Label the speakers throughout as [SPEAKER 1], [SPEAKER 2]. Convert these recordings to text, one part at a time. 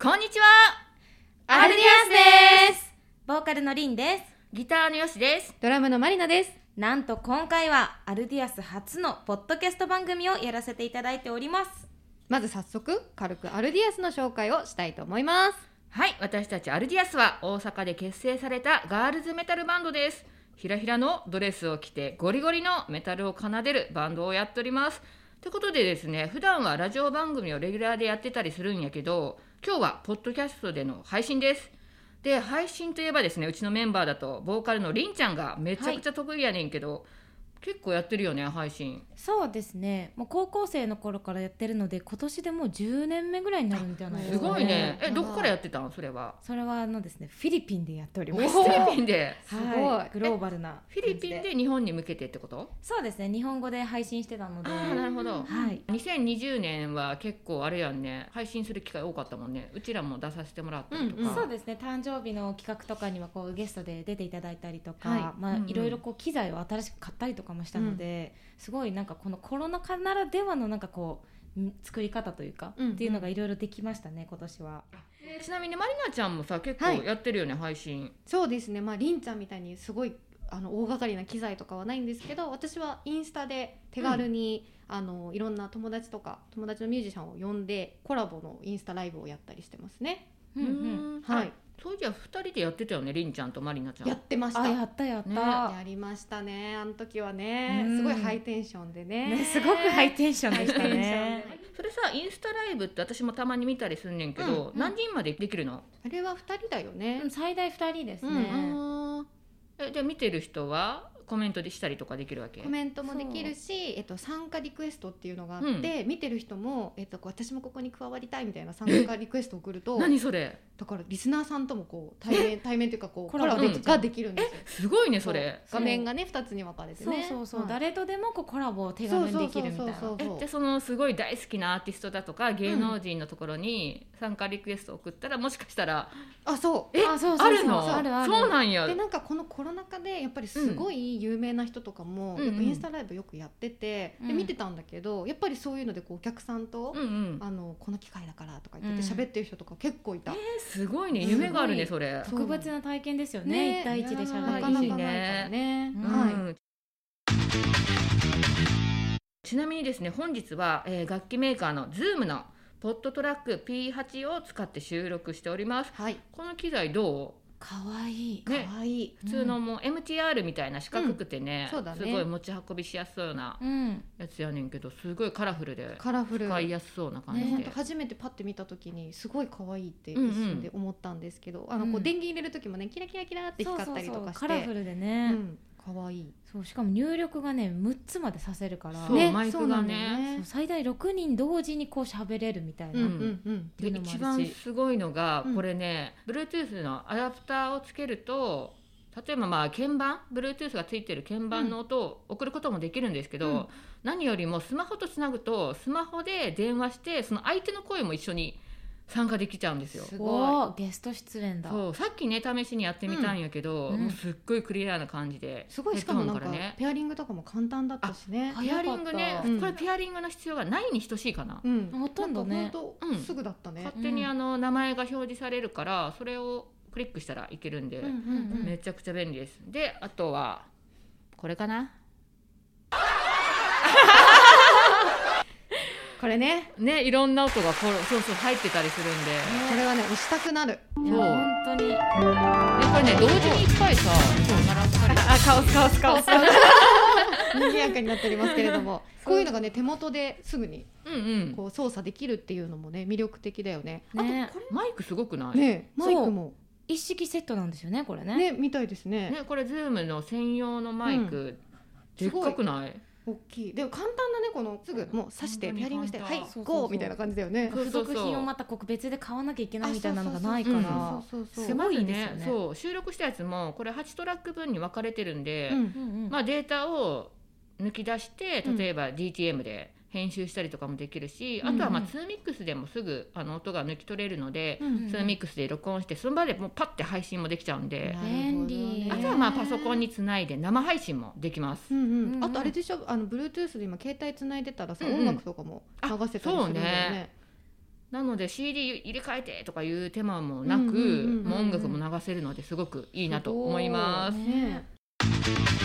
[SPEAKER 1] こんにちは
[SPEAKER 2] アルディアスですボーカルのリンです
[SPEAKER 1] ギターのよしです
[SPEAKER 3] ドラムのマリナです。
[SPEAKER 2] なんと今回はアルディアス初のポッドキャスト番組をやらせていただいております
[SPEAKER 3] まず早速、軽くアルディアスの紹介をしたいと思います。
[SPEAKER 1] はい私たちアルディアスは大阪で結成されたガールズメタルバンドですひらひらのドレスを着てゴリゴリのメタルを奏でるバンドをやっておりますということでですね普段はラジオ番組をレギュラーでやってたりするんやけど今日はポッドキャストでの配信ですで配信といえばですねうちのメンバーだとボーカルのりんちゃんがめちゃくちゃ得意やねんけど、結構やってるよね配信
[SPEAKER 2] そうですねもう高校生の頃からやってるので今年でもう10年目ぐらいになるんじゃないです
[SPEAKER 1] す
[SPEAKER 2] か、ね、
[SPEAKER 1] ごいねえどこからやってたんそれは
[SPEAKER 2] それはあのですねフィリピンでやっており
[SPEAKER 1] フ
[SPEAKER 2] まして
[SPEAKER 1] ィリピンです
[SPEAKER 3] ごい
[SPEAKER 2] はグローバルな
[SPEAKER 1] フィリピン
[SPEAKER 2] 感じ
[SPEAKER 1] で日本に向けてってこと
[SPEAKER 2] そうですね日本語で配信してたので
[SPEAKER 1] ああなるほど
[SPEAKER 2] はい
[SPEAKER 1] 2020年は結構あれやんね配信する機会多かったもんねうちらも出させてもらったりとか、
[SPEAKER 3] うん
[SPEAKER 2] そうですね誕生日の企画とかにはこうゲストで出ていただいたりとか、
[SPEAKER 3] は
[SPEAKER 2] まあ
[SPEAKER 1] うんうん
[SPEAKER 2] いろいろこう機材を新しく買ったりとかもしたので、すごいなんかこのコロナ禍ならではのなんかこうん作り方というか、
[SPEAKER 3] うんうん
[SPEAKER 2] っていうのがいろいろできましたね今年は。
[SPEAKER 1] でちなみにまりなちゃんもさ結構
[SPEAKER 3] はい
[SPEAKER 1] やってるよね、配信
[SPEAKER 3] そうですね、まあ、りんちゃんみたいにすごいあの大掛かりな機材とかはないんですけど私はインスタで手軽に、あのいろんな友達とか友達のミュージシャンを呼んでコラボのインスタライブをやったりしてますね。
[SPEAKER 2] うんうん
[SPEAKER 1] うん
[SPEAKER 3] はい
[SPEAKER 1] あそういや2人でやってたよねりんちゃんとまりなちゃん
[SPEAKER 3] やってました
[SPEAKER 2] あやったやった、
[SPEAKER 1] ね
[SPEAKER 3] やりましたねあの時はね
[SPEAKER 2] うん
[SPEAKER 3] すごいハイテンションでね
[SPEAKER 2] ねすごくハイテンションでした
[SPEAKER 3] ハイテンシ
[SPEAKER 2] ね
[SPEAKER 3] ョン。で
[SPEAKER 1] それさインスタライブって私もたまに見たりすんねんけど、
[SPEAKER 3] うんうん
[SPEAKER 1] 何人までできるの、
[SPEAKER 3] あれは二人だよね
[SPEAKER 2] うん、最大二人ですね。
[SPEAKER 1] あーえじゃあ見てる人はコメントでしたりとかできるわけ
[SPEAKER 3] コメントもできるし、えっと、参加リクエストっていうのがあって、見てる人も、えっと、こう私もここに加わりたいみたいな参加リクエストを送 ると
[SPEAKER 1] 何それ
[SPEAKER 3] だからリスナーさんともこう対面対面というかこう
[SPEAKER 2] コ
[SPEAKER 3] コ
[SPEAKER 2] ラ
[SPEAKER 3] ラ
[SPEAKER 2] ボ
[SPEAKER 3] ボ
[SPEAKER 1] でき
[SPEAKER 3] ができるんですよ。
[SPEAKER 1] すごいね
[SPEAKER 3] そ
[SPEAKER 1] そうれ
[SPEAKER 3] 画面がね二つに分かれて
[SPEAKER 2] そう
[SPEAKER 3] ね。
[SPEAKER 2] そうそう、
[SPEAKER 3] はい
[SPEAKER 2] 誰とでもこうコラボを手軽にできるみたいな。
[SPEAKER 3] そうそうそう
[SPEAKER 1] えじゃあそのすごい大好きなアーティストだとか芸能人のところに参加リクエスト送ったらもしかしたら
[SPEAKER 3] あそう。
[SPEAKER 1] え
[SPEAKER 2] あそうそうそう
[SPEAKER 1] あるの
[SPEAKER 2] そうあるある
[SPEAKER 1] そうなんや
[SPEAKER 3] でなんかこのコロナ禍でやっぱりすごい有名な人とかも、
[SPEAKER 1] うん
[SPEAKER 3] やっぱインスタライブよくやってて、
[SPEAKER 2] うん
[SPEAKER 3] で見てたんだけどやっぱりそういうのでこうお客さんと、
[SPEAKER 1] うんうん
[SPEAKER 3] あのこの機会だからとか言って
[SPEAKER 2] うん
[SPEAKER 3] 喋ってる人とか結構いた、
[SPEAKER 1] えすごいね夢があるね
[SPEAKER 2] す
[SPEAKER 1] それ
[SPEAKER 3] そう
[SPEAKER 2] 特別な体験ですよね。
[SPEAKER 3] ね
[SPEAKER 2] 一対一で喋るし
[SPEAKER 3] なかなかないからね、
[SPEAKER 2] うん
[SPEAKER 3] はい、
[SPEAKER 1] うんちなみにですね本日は、えー楽器メーカーの Zoom のポットトラック P8 を使って収録しております
[SPEAKER 3] はい、
[SPEAKER 1] この機材ど
[SPEAKER 2] 可愛いい。
[SPEAKER 1] うね
[SPEAKER 3] かわいい、
[SPEAKER 1] 普通のもう MTR みたいな四角くてね,、
[SPEAKER 3] うんそうだね
[SPEAKER 1] すごい持ち運びしやすそうな
[SPEAKER 2] うん。
[SPEAKER 1] やつやねんけどすごいカラフルで
[SPEAKER 3] カラフル
[SPEAKER 1] 使いやすそうな感じ
[SPEAKER 3] ね、
[SPEAKER 1] で、
[SPEAKER 3] 本当初めてパッて見た時にすごい可愛いって一瞬で思ったんですけど、あの
[SPEAKER 2] う
[SPEAKER 3] こ
[SPEAKER 2] ん
[SPEAKER 3] う電源入れる時もねキラキラキラって光ったりとかして
[SPEAKER 2] カラフルで
[SPEAKER 3] う
[SPEAKER 2] ね。
[SPEAKER 3] ん、可愛い
[SPEAKER 2] そうしかも入力がね6つまでさせるから。
[SPEAKER 1] そう
[SPEAKER 2] ね
[SPEAKER 1] マイクがね
[SPEAKER 3] そうなんだよ
[SPEAKER 2] そう最大6人同時にこう喋れるみたいな。
[SPEAKER 3] うんうんうん
[SPEAKER 1] で
[SPEAKER 2] っていうのもあるし
[SPEAKER 1] 一番すごいのが
[SPEAKER 3] うん
[SPEAKER 1] これね、Bluetooth のアダプターをつけると例えばまあ鍵盤 Bluetooth がついてる鍵盤の音を送ることもできるんですけど、
[SPEAKER 3] うん
[SPEAKER 1] 何よりもスマホとつなぐとスマホで電話してその相手の声も一緒に参加できちゃうんですよ。
[SPEAKER 3] す
[SPEAKER 2] お
[SPEAKER 3] ご
[SPEAKER 2] ーゲスト出演だ。
[SPEAKER 1] そうさっきね試しにやってみたんやけど、
[SPEAKER 2] うん
[SPEAKER 1] もうすっごいクリアな感じで、
[SPEAKER 3] すごいしかもな
[SPEAKER 1] ヘッ
[SPEAKER 3] ん
[SPEAKER 1] ド
[SPEAKER 3] か
[SPEAKER 1] ホンらね
[SPEAKER 3] ペアリングとかも簡単だったしね
[SPEAKER 2] あ
[SPEAKER 1] ペアリングね
[SPEAKER 2] 早かった
[SPEAKER 1] これペアリングの必要がないに等しいかな、
[SPEAKER 3] うん
[SPEAKER 2] ほとんどね
[SPEAKER 3] なんかほんとすぐだったね、
[SPEAKER 1] 勝手にあの名前が表示されるからそれをクリックしたらいけるんで、
[SPEAKER 3] うんうんうん
[SPEAKER 1] めちゃくちゃ便利ですであとはこれかな
[SPEAKER 3] これね
[SPEAKER 1] ねいろんな音がこうそうそう入ってたりするんで、
[SPEAKER 3] これはね押したくなる
[SPEAKER 2] いや
[SPEAKER 1] そう
[SPEAKER 2] 本当に。
[SPEAKER 1] でこれね同時にいっぱいさそう鳴らされて
[SPEAKER 2] あカオスカオスカオス。
[SPEAKER 3] 賑やかになっておりますけれども
[SPEAKER 2] そう
[SPEAKER 3] こういうのがね手元ですぐに
[SPEAKER 1] うんうん
[SPEAKER 3] こう操作できるっていうのもね魅力的だよね
[SPEAKER 2] ね
[SPEAKER 1] これマイクすごくない
[SPEAKER 3] ねマイ
[SPEAKER 2] そう
[SPEAKER 3] クも
[SPEAKER 2] 一式セットなんですよねこれね。
[SPEAKER 3] ねみたいですね
[SPEAKER 1] ねこれズームの専用のマイク、ですっ
[SPEAKER 3] ごい
[SPEAKER 1] かくない
[SPEAKER 3] 大きいでも簡単だねこのすぐもう刺して
[SPEAKER 1] 本当に
[SPEAKER 3] ペアリングして
[SPEAKER 1] 簡
[SPEAKER 3] は
[SPEAKER 1] 単
[SPEAKER 2] そう
[SPEAKER 3] い
[SPEAKER 2] そうそう
[SPEAKER 3] ゴーみたいな感じだよね
[SPEAKER 1] そう
[SPEAKER 2] 付
[SPEAKER 1] そうそう
[SPEAKER 2] 属品をまたこう別で買わなきゃいけないみたいなのがないから。
[SPEAKER 1] あ
[SPEAKER 3] そうそうそう
[SPEAKER 2] す
[SPEAKER 3] そう
[SPEAKER 2] ご
[SPEAKER 1] 狭
[SPEAKER 2] い
[SPEAKER 1] い
[SPEAKER 2] ですよ
[SPEAKER 1] ね
[SPEAKER 2] ね
[SPEAKER 1] そう収録したやつもこれ8トラック分に分かれてるんで、
[SPEAKER 3] うん
[SPEAKER 2] うんうん
[SPEAKER 1] まあ、データを抜き出して
[SPEAKER 3] うん
[SPEAKER 1] 例えば DTM で編集したりとかもできるし、
[SPEAKER 2] うんうん
[SPEAKER 1] あとはまあ2ミックスでもすぐあの音が抜き取れるので、
[SPEAKER 3] う
[SPEAKER 2] うん
[SPEAKER 3] ん
[SPEAKER 1] ツーミックスで録音してその場でもうパッて配信もできちゃうんで、
[SPEAKER 2] 便利
[SPEAKER 3] な
[SPEAKER 1] あ
[SPEAKER 3] るほどね
[SPEAKER 1] とはまあパソコンにつないで生配信もできます。
[SPEAKER 3] うんうん
[SPEAKER 2] うん
[SPEAKER 3] あとあれでしょあの Bluetooth で今携帯つないでたらさ
[SPEAKER 1] うんうん
[SPEAKER 3] 音楽とかも流せたりするんだよ
[SPEAKER 1] あそう
[SPEAKER 3] ね
[SPEAKER 1] なので CD 入れ替えてとかいう手間もなく、
[SPEAKER 3] うんうんうんうん
[SPEAKER 1] もう音楽も流せるのですごくいいなと思います。
[SPEAKER 3] すごいね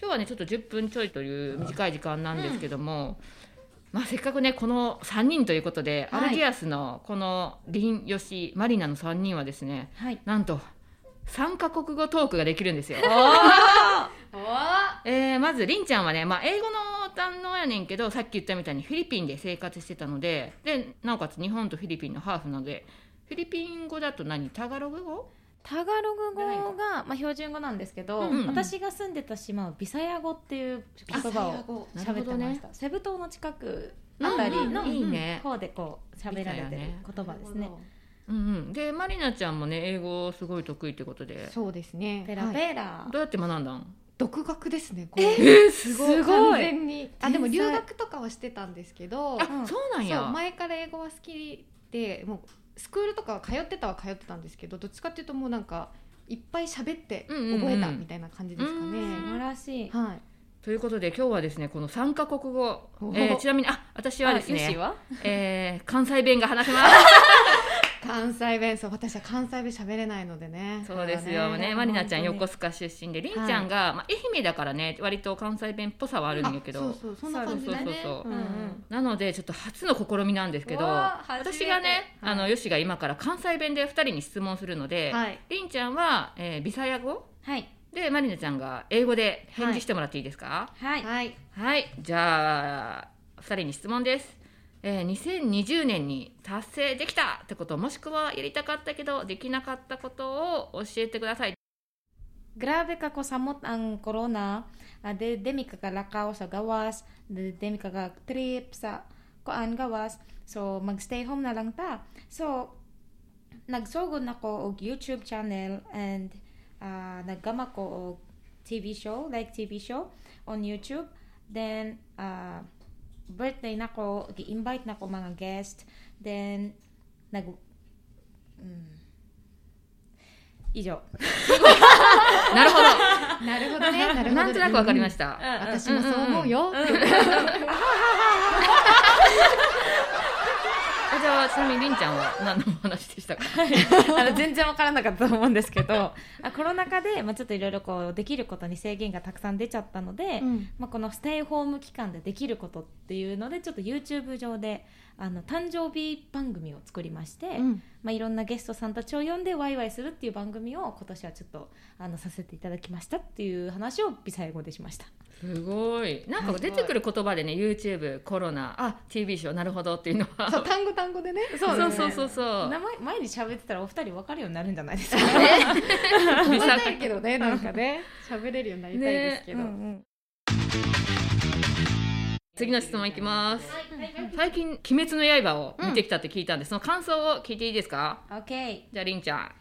[SPEAKER 1] 今日はねちょっと10分ちょいという短い時間なんですけども、まあ、せっかくねこの3人ということで、
[SPEAKER 3] はい
[SPEAKER 1] アルディアスのこの林吉マリナの3人はですね
[SPEAKER 2] はい
[SPEAKER 1] なんと3カ国語トークができるんですよ。
[SPEAKER 3] お
[SPEAKER 1] えーまずりんちゃんはね、まあ、英語の堪能やねんけどさっき言ったみたいにフィリピンで生活してたのででなおかつ日本とフィリピンのハーフなのでフィリピン語だと何タガログ語
[SPEAKER 2] タガログ語が、まあ、標準語なんですけど、
[SPEAKER 1] うんうん
[SPEAKER 2] 私が住んでた島はビサヤ語っていう言葉を
[SPEAKER 3] を
[SPEAKER 2] 喋ってました、セブ島の近くあたりの
[SPEAKER 1] うんうんいいね
[SPEAKER 2] 方でこう喋られてる言葉ですね。
[SPEAKER 1] うんうん、でまりなちゃんもね英語すごい得意ってことで
[SPEAKER 3] そうですね
[SPEAKER 2] ペラ
[SPEAKER 3] はい
[SPEAKER 2] ペラ、
[SPEAKER 1] どうやって学んだん
[SPEAKER 3] 独学ですねこれ
[SPEAKER 1] えー、すごい
[SPEAKER 2] すごい
[SPEAKER 3] 完全にあでも
[SPEAKER 2] 天
[SPEAKER 3] 留
[SPEAKER 2] 才
[SPEAKER 3] 学とかはしてたんですけど
[SPEAKER 1] あ、そうなん
[SPEAKER 3] そう
[SPEAKER 1] や
[SPEAKER 3] 前から英語は好きでもうスクールとかは通ってたは通ってたんですけどどっちかっていうともうなんかいっぱい喋って
[SPEAKER 1] うんうんうん
[SPEAKER 3] 覚えたみたいな感じですかね、
[SPEAKER 1] うん
[SPEAKER 2] 素晴らしい。
[SPEAKER 3] はい
[SPEAKER 1] ということで今日はですねこの3カ国語
[SPEAKER 3] お、ー
[SPEAKER 1] えーちなみにあ私はです
[SPEAKER 2] あよし
[SPEAKER 1] ね、
[SPEAKER 2] は
[SPEAKER 1] えー関西弁が話せます
[SPEAKER 3] 関西弁そう私は関西弁喋れないのでね
[SPEAKER 1] そうですよね
[SPEAKER 2] ね
[SPEAKER 1] まりなちゃん
[SPEAKER 2] 本当に
[SPEAKER 1] 横須賀出身でりんちゃんが、まあ、愛媛だからね割と関西弁っぽさはあるんやけど
[SPEAKER 3] あそうそうそんな感じだね
[SPEAKER 1] そうそうそうそう
[SPEAKER 2] うんうん
[SPEAKER 1] なのでちょっと初の試みなんですけど
[SPEAKER 2] うわー初めて
[SPEAKER 1] 私がね、
[SPEAKER 2] はい
[SPEAKER 1] あのよしが今から関西弁で2人に質問するので、
[SPEAKER 3] はい
[SPEAKER 1] りんちゃんは、えービサヤ語
[SPEAKER 2] はい
[SPEAKER 1] でまりなちゃんが英語で返事してもらっていいですか
[SPEAKER 2] はい、
[SPEAKER 3] はい
[SPEAKER 1] はい、じゃあ2人に質問です、えー、2020年に達成できたってこともしくはやりたかったけどできなかったことを教えてください
[SPEAKER 2] Grabe kakusamot ang corona. Uh, di, di mi kakalakaw sa gawas. Di, di mi kakatrip sa kuan gawas. So, magstay home na lang ta. So, nagsugod na ko og YouTube channel and uh, naggama ko og TV show, like TV show on YouTube. Then, uh, birthday na ko, gi-invite na ko mga guest. Then, nag... Mm. Ijo.
[SPEAKER 1] なるほ
[SPEAKER 3] なるほ どねなるほ
[SPEAKER 1] ど
[SPEAKER 3] ど
[SPEAKER 1] なんとなくわかりま
[SPEAKER 3] し
[SPEAKER 1] した、
[SPEAKER 3] た私もそう思うよ、
[SPEAKER 1] あじゃあちなみにりんちゃんは何のお話でしたか
[SPEAKER 2] あの全然わからなかったと思うんですけ どあコロナ禍で、まあ、ちょっといろいろこうできることに制限がたくさん出ちゃったので、
[SPEAKER 3] うん
[SPEAKER 2] まあ、このステイホーム期間でできることっていうのでちょっと YouTube 上であの誕生日番組を作りまして、
[SPEAKER 3] うん
[SPEAKER 2] まあ、いろんなゲストさんたちを呼んでワイワイするっていう番組を今年はちょっとあのさせていただきましたっていう話を微細語でしました。
[SPEAKER 1] すごいなんか出てくる言葉でね YouTube コロナあ TV ショーなるほどっていうのは
[SPEAKER 3] そう単語単語でね
[SPEAKER 1] そう
[SPEAKER 2] だ
[SPEAKER 1] そうそ
[SPEAKER 2] ね
[SPEAKER 1] うそうそう
[SPEAKER 2] 名前前に喋ってたらお二人分かるようになるんじゃないですか
[SPEAKER 1] リ
[SPEAKER 3] 喋
[SPEAKER 1] サ
[SPEAKER 3] りたいけどねなんかね喋れるようになりたいですけど、
[SPEAKER 2] うんうん
[SPEAKER 1] 次の質問いきます、最近「鬼滅の刃」を見てきたって聞いたんで、その感想を聞いていいですか
[SPEAKER 2] OK
[SPEAKER 1] じゃありんちゃん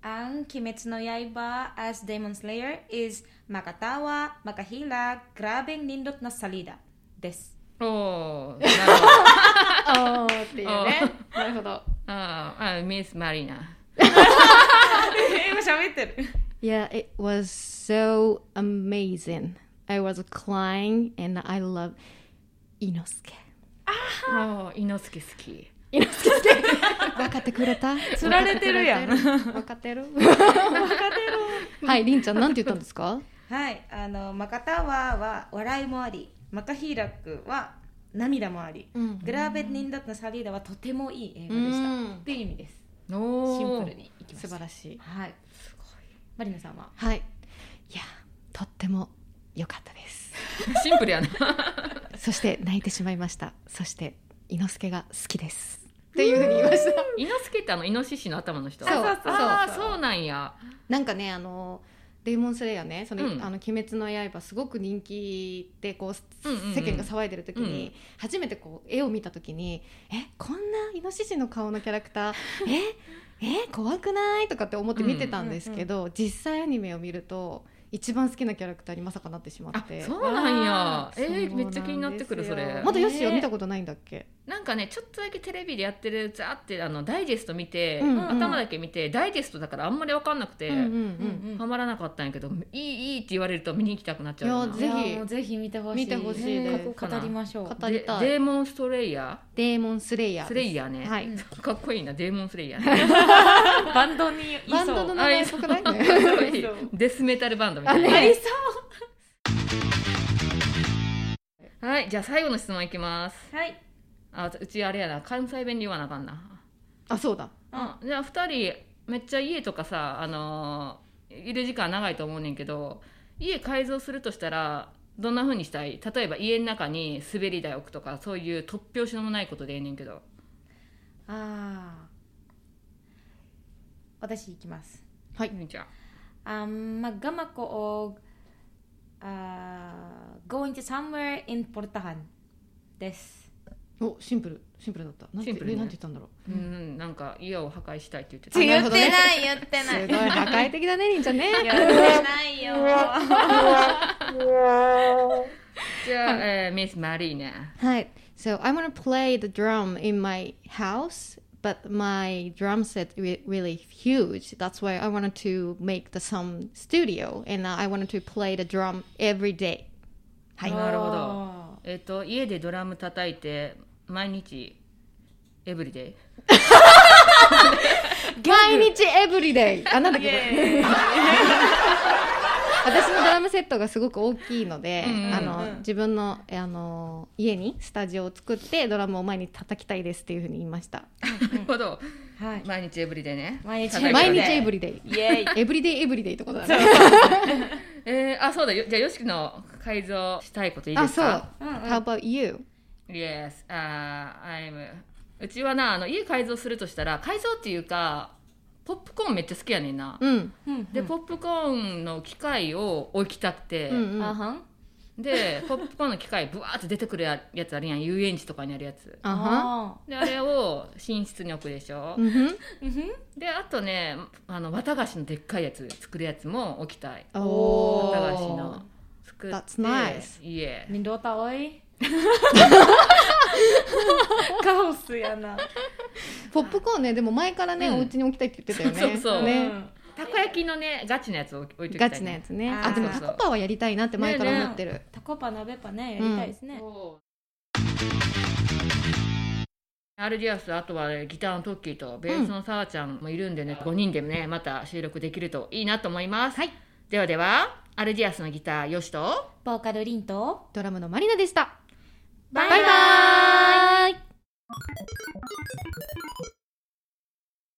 [SPEAKER 2] Ang Kimetsu no Yaiba as Demon Slayer is makatawa, makahila, grabeng nindot na salida. Des.
[SPEAKER 1] おーなるほど
[SPEAKER 3] あーっていうねなるほど
[SPEAKER 1] あーあミス・マリーナ
[SPEAKER 3] Yeah, it was so amazing. I was crying and I love Inosuke.
[SPEAKER 1] あー猪之助好き
[SPEAKER 3] Inosuke 分かってくれた
[SPEAKER 2] 釣られてるやん
[SPEAKER 3] 分かってる 分かってるはい、りんちゃんなんて言ったんですか
[SPEAKER 2] はい、あの、makatawa は笑いもあり、makahila は涙もあり、grabeng nindot na salida はとてもいい映画でした。
[SPEAKER 3] うん
[SPEAKER 2] っていう意味です。
[SPEAKER 1] おー
[SPEAKER 2] シンプルにいきま
[SPEAKER 3] 素
[SPEAKER 2] す。
[SPEAKER 3] 晴らしい。
[SPEAKER 2] はい。すごい。マリナさんは
[SPEAKER 3] はい。いや、とっても良かったです。
[SPEAKER 1] シンプルやな
[SPEAKER 3] そして泣いてしまいました。そして、猪之助が好きです。っていうふうに言いました。
[SPEAKER 1] 猪之助ってあのイノシシの頭の人
[SPEAKER 3] そう
[SPEAKER 1] ああー
[SPEAKER 3] そうそう
[SPEAKER 1] そうなんや
[SPEAKER 3] なんかねあのデーモンスレイヤーねその、
[SPEAKER 1] うん
[SPEAKER 3] あの鬼滅の刃すごく人気でこう、
[SPEAKER 1] うんうんうん
[SPEAKER 3] 世間が騒いでる時に、
[SPEAKER 1] うん
[SPEAKER 3] 初めてこう絵を見た時にえこんなイノシシの顔のキャラクター ええ怖くないとかって思って見てたんですけど、実際アニメを見ると一番好きなキャラクターにまさかなってしま
[SPEAKER 1] あ
[SPEAKER 3] って
[SPEAKER 1] そうなんや
[SPEAKER 2] あ
[SPEAKER 3] そう
[SPEAKER 1] え
[SPEAKER 3] なん
[SPEAKER 1] ー、めっちゃ気になってくる
[SPEAKER 3] です
[SPEAKER 1] そ
[SPEAKER 3] よ
[SPEAKER 1] れ
[SPEAKER 3] まだヨッシーは
[SPEAKER 2] ね
[SPEAKER 3] 見たことないんだっけ、
[SPEAKER 1] なんかねちょっとだけテレビでやってるザーってあのダイジェスト見て、
[SPEAKER 3] うんうん
[SPEAKER 1] 頭だけ見てダイジェストだからあんまり分かんなくて、
[SPEAKER 3] うんうんうん
[SPEAKER 1] ハマらなかったんやけどいいいいって言われると見に行きたくなっちゃうよない
[SPEAKER 3] やぜひ
[SPEAKER 2] いやもうぜひ見てほしい
[SPEAKER 3] 見てほしいです
[SPEAKER 2] ね語りましょう
[SPEAKER 3] 語りたい
[SPEAKER 1] デデーモンストレイヤ
[SPEAKER 3] デーモンスレイヤ
[SPEAKER 1] ー
[SPEAKER 3] ー
[SPEAKER 1] スレイ
[SPEAKER 3] ヤ
[SPEAKER 1] ヤーね、
[SPEAKER 3] は
[SPEAKER 2] う
[SPEAKER 3] い
[SPEAKER 2] ん
[SPEAKER 1] かっこいいなデーモンスレイヤーね
[SPEAKER 2] バンドにい
[SPEAKER 3] バンドの名前っぽくない
[SPEAKER 1] あい
[SPEAKER 3] ね
[SPEAKER 1] そういいデスメタルバンドみたいな、
[SPEAKER 3] あね
[SPEAKER 2] りそ
[SPEAKER 1] はいじゃあ最後の質問いきます
[SPEAKER 2] うはい
[SPEAKER 1] あうちあれやな関西弁で言わなあかんな
[SPEAKER 3] あそうだ
[SPEAKER 1] あじゃあ2人めっちゃ家とかさあのーいる時間長いと思うねんけど家改造するとしたらどんな風にしたい例えば家の中に滑り台置くとかそういう突拍子のないことでええねんけど
[SPEAKER 2] あー私行きます
[SPEAKER 1] ゆみちゃん
[SPEAKER 2] um, maggama ko og ah, going to somewhere in Portahan des
[SPEAKER 3] おシンプルシンプルだったなんて
[SPEAKER 1] シンプルね
[SPEAKER 3] えなんて言ったんだろう
[SPEAKER 1] うん、なんか家を破壊したいって言って
[SPEAKER 3] 違
[SPEAKER 1] た
[SPEAKER 3] う言ってない
[SPEAKER 2] 言って
[SPEAKER 3] すごい破壊的だねりんちゃ んね
[SPEAKER 2] ってない よ
[SPEAKER 1] じゃあ、えー、ミス・マリーね
[SPEAKER 3] はい So I want to play the drum in my house But my drum set re- really huge. That's why I wanted to make the some studio, and I wanted to play the drum every day. はい。
[SPEAKER 1] なるほどえっ、と家でドラム叩いて毎日エブリデイ
[SPEAKER 3] 毎日エブ リデイあなんだっけこれ私のドラムセットがすごく大きいので、
[SPEAKER 1] うんうんうん
[SPEAKER 3] あの自分のえあの家にスタジオを作ってドラムを毎日叩きたいですっていうふうに言いました
[SPEAKER 1] なるほど
[SPEAKER 2] はい
[SPEAKER 1] 毎日エブリデイね
[SPEAKER 2] 毎日
[SPEAKER 1] 叩いて
[SPEAKER 3] 毎
[SPEAKER 1] る
[SPEAKER 3] 日
[SPEAKER 1] ね
[SPEAKER 3] エブリデイ
[SPEAKER 2] イエイ
[SPEAKER 3] エブリデイエブリデイってことだね
[SPEAKER 1] えー、あそうだよじゃあよしきの改造したいこといいで
[SPEAKER 3] あ
[SPEAKER 1] す
[SPEAKER 3] そう
[SPEAKER 1] か
[SPEAKER 3] How about you?
[SPEAKER 1] Yes, uh, I'm うちはなあの家改造するとしたら改造っていうかポップコーンめっちゃ好きやねんな、
[SPEAKER 3] うん
[SPEAKER 1] でポップコーンの機械を置きたくて、
[SPEAKER 3] うんうん
[SPEAKER 2] あはん
[SPEAKER 1] でポップコーンの機械ブワーって出てくるややつあるやん遊園地とかにあるやつ
[SPEAKER 3] あは
[SPEAKER 1] であれを寝室に置くでしょ、
[SPEAKER 3] うんふん
[SPEAKER 1] であとねあの綿菓子のでっかいやつ作るやつも置きたい
[SPEAKER 3] お
[SPEAKER 1] 綿菓子
[SPEAKER 3] ー
[SPEAKER 1] の作って
[SPEAKER 3] That's nice.
[SPEAKER 1] いえ
[SPEAKER 2] ミンドータおいカオスやな
[SPEAKER 3] ポップコーンねでも前からね、
[SPEAKER 1] うん
[SPEAKER 3] お家に置きたいって言ってたよね
[SPEAKER 1] そうそう
[SPEAKER 3] ね、
[SPEAKER 1] たこ焼きのねガチのやつを置いときたい、ね、
[SPEAKER 3] ガチなやつね
[SPEAKER 2] あー
[SPEAKER 3] あでもタコパはやりたいなって前から思ってる、
[SPEAKER 2] タコパ鍋パねやりたいですね
[SPEAKER 1] アルディアスあとはねギターのトッキーとベースのさわちゃんもいるんでね、5人でねまた収録できるといいなと思います、
[SPEAKER 3] はい
[SPEAKER 1] ではではアルディアスのギターよしと
[SPEAKER 2] ボーカルリンと
[SPEAKER 3] ドラムのマリナでした
[SPEAKER 2] バ
[SPEAKER 3] バイバーイ